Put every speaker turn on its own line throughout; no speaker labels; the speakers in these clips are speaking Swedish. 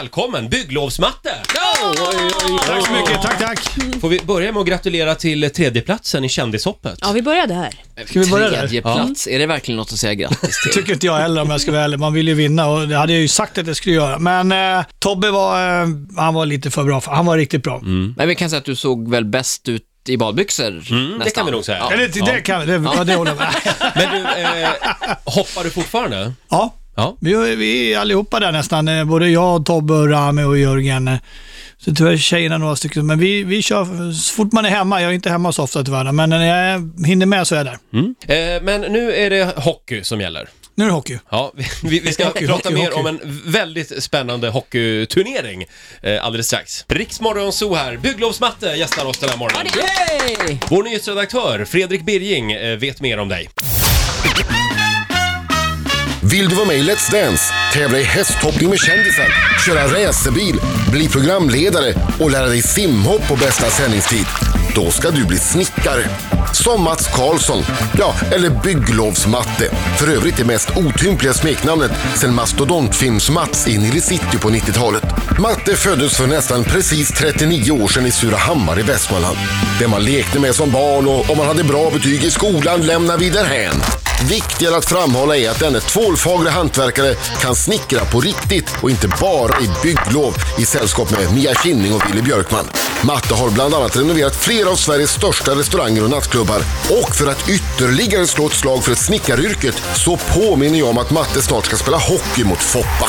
Välkommen bygglovsmatte!
Tack så mycket, tack tack!
Får vi börja med att gratulera till tredjeplatsen i Kändishoppet?
Ja, vi börjar där.
Ska vi börja där?
Eh, Tredje plats, är det verkligen något att säga grattis till?
Tycker inte jag heller om jag ska vara ärlig. Man vill ju vinna och det hade jag ju sagt att jag skulle göra. Men eh, Tobbe var, eh, han var lite för bra. för- Han var riktigt bra.
Men vi kan säga att du såg väl bäst ut i badbyxor nästan.
Mm. det kan vi nog säga.
Ja.
Eller det kan det, ja. det håller jag med.
Men du, eh, hoppar du fortfarande?
Ja,
Ja.
vi, vi är allihopa där nästan. eh, Både jag, Tobbe, och Rami och Jörgen. eh. Så tyvärr tjejerna några stycken. Men vi, vi kör så fort man är hemma. Jag är inte hemma så ofta tyvärr. Men när jag hinner med så är jag där.
Mm. Eh, men nu är det hockey som gäller.
Nu är det hockey.
Ja, vi, vi ska
Hockey,
prata
hockey,
mer
hockey.
om en väldigt spännande hockeyturnering eh, alldeles strax. Riksmorgon Zoo här, bygglovsmatte gästar oss den här morgonen.
Yay!
Vår nyhetsredaktör Fredrik Birging eh, vet mer om dig.
Vill du vara med i Let's Dance, tävla i hästhoppning med kändisar, köra racerbil, bli programledare och lära dig simhopp på bästa sändningstid? Då ska du bli snickare. Som Mats Karlsson, ja, eller bygglovsmatte. För övrigt det mest otympliga smeknamnet sedan mastodontfilms-Mats in i The City på 90-talet. Matte föddes för nästan precis 39 år sedan i Surahammar i Västmanland. Det man lekte med som barn och om man hade bra betyg i skolan lämnar vi därhän. Viktigare att framhålla är att denne tvålfagre hantverkare kan snickra på riktigt och inte bara i bygglov i sällskap med Mia Kinning och Willy Björkman. Matte har bland annat renoverat flera av Sveriges största restauranger och nattklubbar. Och för att ytterligare slå ett slag för snickaryrket så påminner jag om att Matte snart ska spela hockey mot Foppa.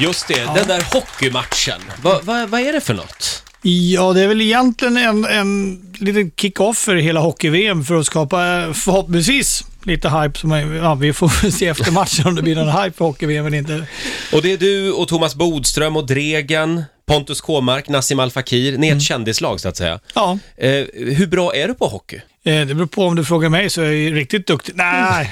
Just det, den där hockeymatchen. Va, va, vad är det för något?
Ja, det är väl egentligen en, en liten kick-off för hela hockey-VM för att skapa eh, förhoppningsvis lite hype. Som, är- ja, vi får väl se efter matchen om det blir någon hype för hockey-VM eller inte.
Och det är du och Thomas Bodström och Dregen, Pontus Kåmark, Nassim Al Fakir.
Mm.
Ni är ett kändislag så att säga.
Ja,
Eh, hur bra är du på hockey?
eh, det beror på om du frågar mig så är jag ju riktigt duktig. Nej,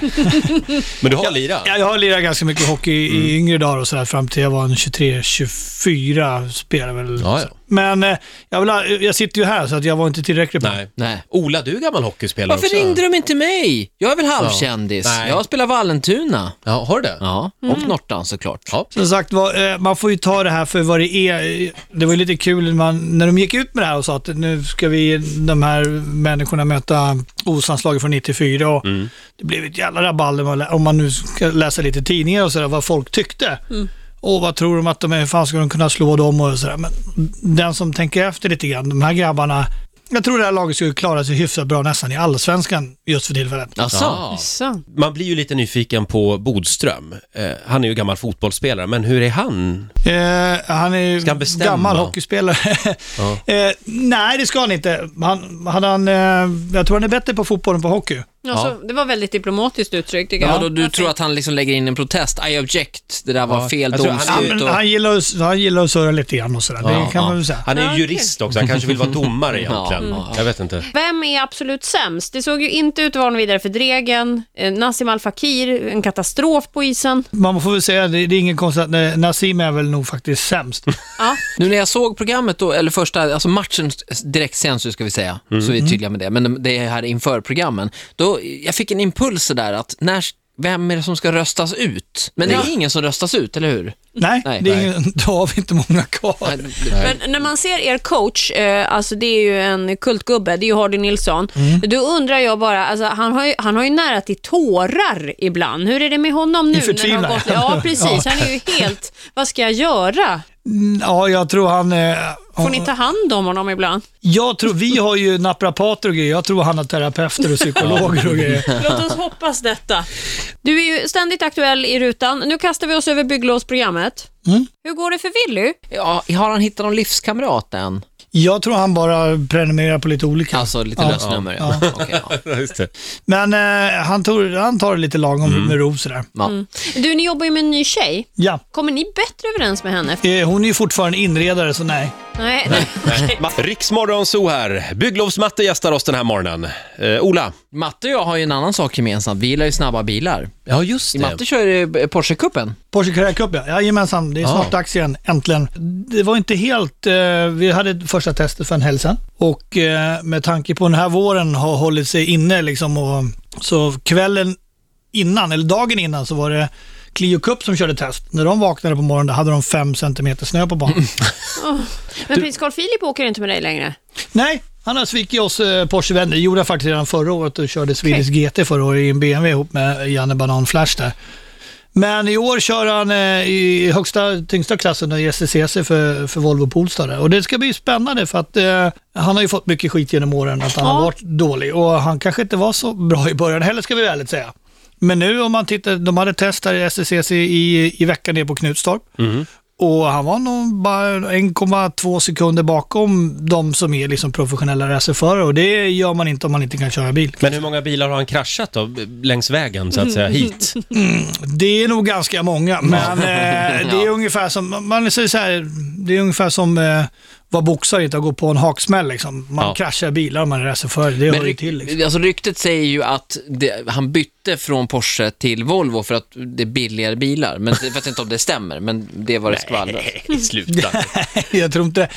Men du har lirat?
jag, jag har lirat ganska mycket hockey i
Mm.
yngre dagar och sådär fram till jag var en 23-24 spelare väl.
Ja, ja.
Men eh, jag, vill, ha- jag sitter ju här så att jag var inte tillräckligt bra.
Nej.
Nej.
Ola, du är gammal hockeyspelare också.
Varför ringde de inte mig? Jag är väl halvkändis?
Ja. Nej.
Jag spelar Vallentuna.
Ja, har du det?
Ja, och Nortan såklart.
Ja.
Som sagt var, eh, man får ju ta det här för vad det är. Det var ju lite kul när man, när de gick ut med det här och sa att nu ska vi, de här människorna möta OS-anslaget från 94 och det blev ett jävla rabalder om man lä- om man nu ska läsa lite tidningar och sådär, vad folk tyckte. Och vad tror de att de är, hur fan ska de kunna slå dem och sådär. Men den som tänker efter lite grann, de här grabbarna, jag tror det här laget skulle klara sig hyfsat bra nästan i allsvenskan just för tillfället.
Alltså,
Ja.
Så.
Man blir ju lite nyfiken på Bodström. Eh, han är ju gammal fotbollsspelare, men hur är han?
Eh, han är ju
han bestämma?
gammal hockeyspelare. eh, nej, det ska han inte. Han, hade han, eh, jag tror han är bättre på fotboll än på hockey.
Alltså, Det var väldigt diplomatiskt uttryckt tycker
Men
jag.
vadå, du tror att han liksom lägger in en protest? I object, det där var
Ja,
fel
jag tror han är-
Ja,
domslut
men
och...
han, gillar att, han gillar att surra lite grann och sådär.
Ja,
det kan
ja.
man väl säga.
Han är
Ja,
ju jurist också, han kanske vill vara domare egentligen.
Ja, ja.
Jag vet inte.
Vem är absolut sämst? Det såg ju inte ut att vara någon vidare för Dregen. Eh, Nassim Al Fakir, en katastrof på isen.
Man får väl säga, det, det är ingen konstigt att eh, Nassim är väl nog faktiskt sämst.
Ja.
Nu när jag såg programmet då, eller första, alltså matchen direkt sen så ska vi säga, så vi är tydliga med det, men det är här inför programmen, då, jag fick en impuls där att när, vem är det som ska röstas ut? Men det är ingen som röstas ut, eller hur?
nej,
Nej.
det är ingen, då har vi inte många kvar.
Men när man ser er coach, eh, alltså det är ju en kultgubbe, det är ju Hardy Nilsson. Då undrar jag bara, alltså, han, har ju, han har ju nära till tårar ibland. Hur är det med honom nu?
är förtvivlad.
han har gått- ja, precis. Han är ju helt, vad ska jag göra?
Mm, Ja, jag tror han... Eh,
Får ni ta hand om honom ibland?
jag tror, vi har ju naprapater och grejer. Jag tror han har terapeuter och psykologer och grejer.
Låt oss hoppas detta. Du är ju ständigt aktuell i rutan. Nu kastar vi oss över bygglovsprogrammet. Hur går det för Willy?
Ja, har han hittat någon livskamrat än?
Jag tror han bara prenumererar på lite olika.
Alltså lite lösnummer, ja. Okej, ja.
Just det.
Men eh, han, tog, han tar det lite lagom med ro sådär.
Ja.
Du, ni jobbar ju med en ny tjej.
Ja.
Kommer ni bättre överens med henne?
Eh, hon är ju fortfarande inredare, så nej.
Nej, nej.
Riksmorgon Zoo här. Bygglovsmatte gästar oss den här morgonen. Eh, Ola.
Matte och jag har ju en annan sak gemensamt, vi gillar ju snabba bilar.
Ja, just
I Matte kör ju Porsche-cupen.
Porsche Carrera Cup, ja. Jajamensan, det är snart
Ja.
dags igen, äntligen. Det var inte helt... Eh, vi hade ett första testet för en helg sedan. Och eh, med tanke på den här våren har hållit sig inne liksom och... Så kvällen innan, eller dagen innan, så var det Clio Cup som körde test. När de vaknade på morgonen hade de 5 cm snö på banan.
Men prins Carl Philip åker inte med dig längre.
Nej, han har svikit oss eh, Porsche-vänner. Det gjorde han faktiskt redan förra året och körde Swedish GT förra året i en BMW ihop med Janne Banan Flash där. Men i år kör han eh, i högsta, tyngsta klassen då, i STCC för, för Volvo Polestar. där. Och det ska bli spännande för att eh, han har ju fått mycket skit genom åren att han
Ja.
har varit dålig. Och han kanske inte var så bra i början heller ska vi väl säga. Men nu om man tittar, de hade test där i STCC i, i veckan nere på Knutstorp. Och han var nog bara 1,2 sekunder bakom de som är liksom professionella racerförare och det gör man inte om man inte kan köra bil.
Men hur många bilar har han kraschat då, b- längs vägen så att säga, hit?
Det är nog ganska många, men eh, det är
Ja.
ungefär som, man säger så här, det är ungefär som eh, vad boxare inte har gått på en haksmäll liksom. Man
Ja.
kraschar bilar om man är racerförare, det hör ju
ryk-
till liksom.
alltså, ryktet säger ju att det, han bytte från Porsche till Volvo för att det är billigare bilar. Men jag vet inte om det stämmer, men det var det skvallras.
Nej, Eh, sluta.
Jag tror inte,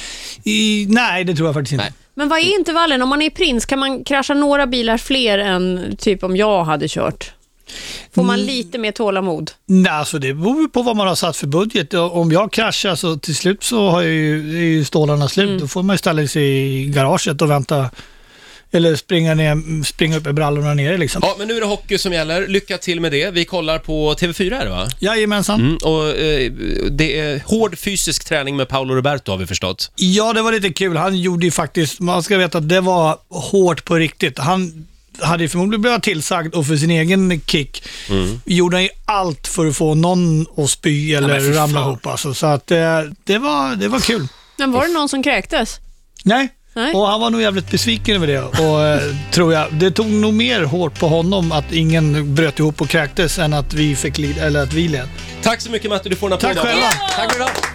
i, nej det tror jag faktiskt inte.
Nej.
Men vad är intervallen? Om man är prins, kan man krascha några bilar fler än typ om jag hade kört? Får man lite mer tålamod?
Nej, alltså det beror ju på vad man har satt för budget. Och Om jag kraschar så till slut så har jag ju, är ju stålarna slut. Då får man ju ställa sig i garaget och vänta. Eller springa, ner, springa upp i brallorna nere liksom.
Ja, men nu är det hockey som gäller. Lycka till med det. Vi kollar på TV4 här va?
Jajamensan.
Mm, och eh, det är hård fysisk träning med Paolo Roberto har vi förstått.
Ja, det var lite kul. Han gjorde ju faktiskt, man ska veta att det var hårt på riktigt. Han hade ju förmodligen blivit tillsagd och för sin egen kick gjorde han ju allt för att få någon att spy eller
fy
ramla
fan.
ihop. Alltså. Så att eh, det var, det var kul.
Men var det någon som kräktes?
Nej.
Nej.
Och han var nog jävligt besviken över det. Och, eh, tror jag. Det tog nog mer hårt på honom att ingen bröt ihop och kräktes än att vi, fick lid, eller att vi led.
Tack så mycket Matte, du får en applåd
Tack
av oss.
själva.
Tack för idag!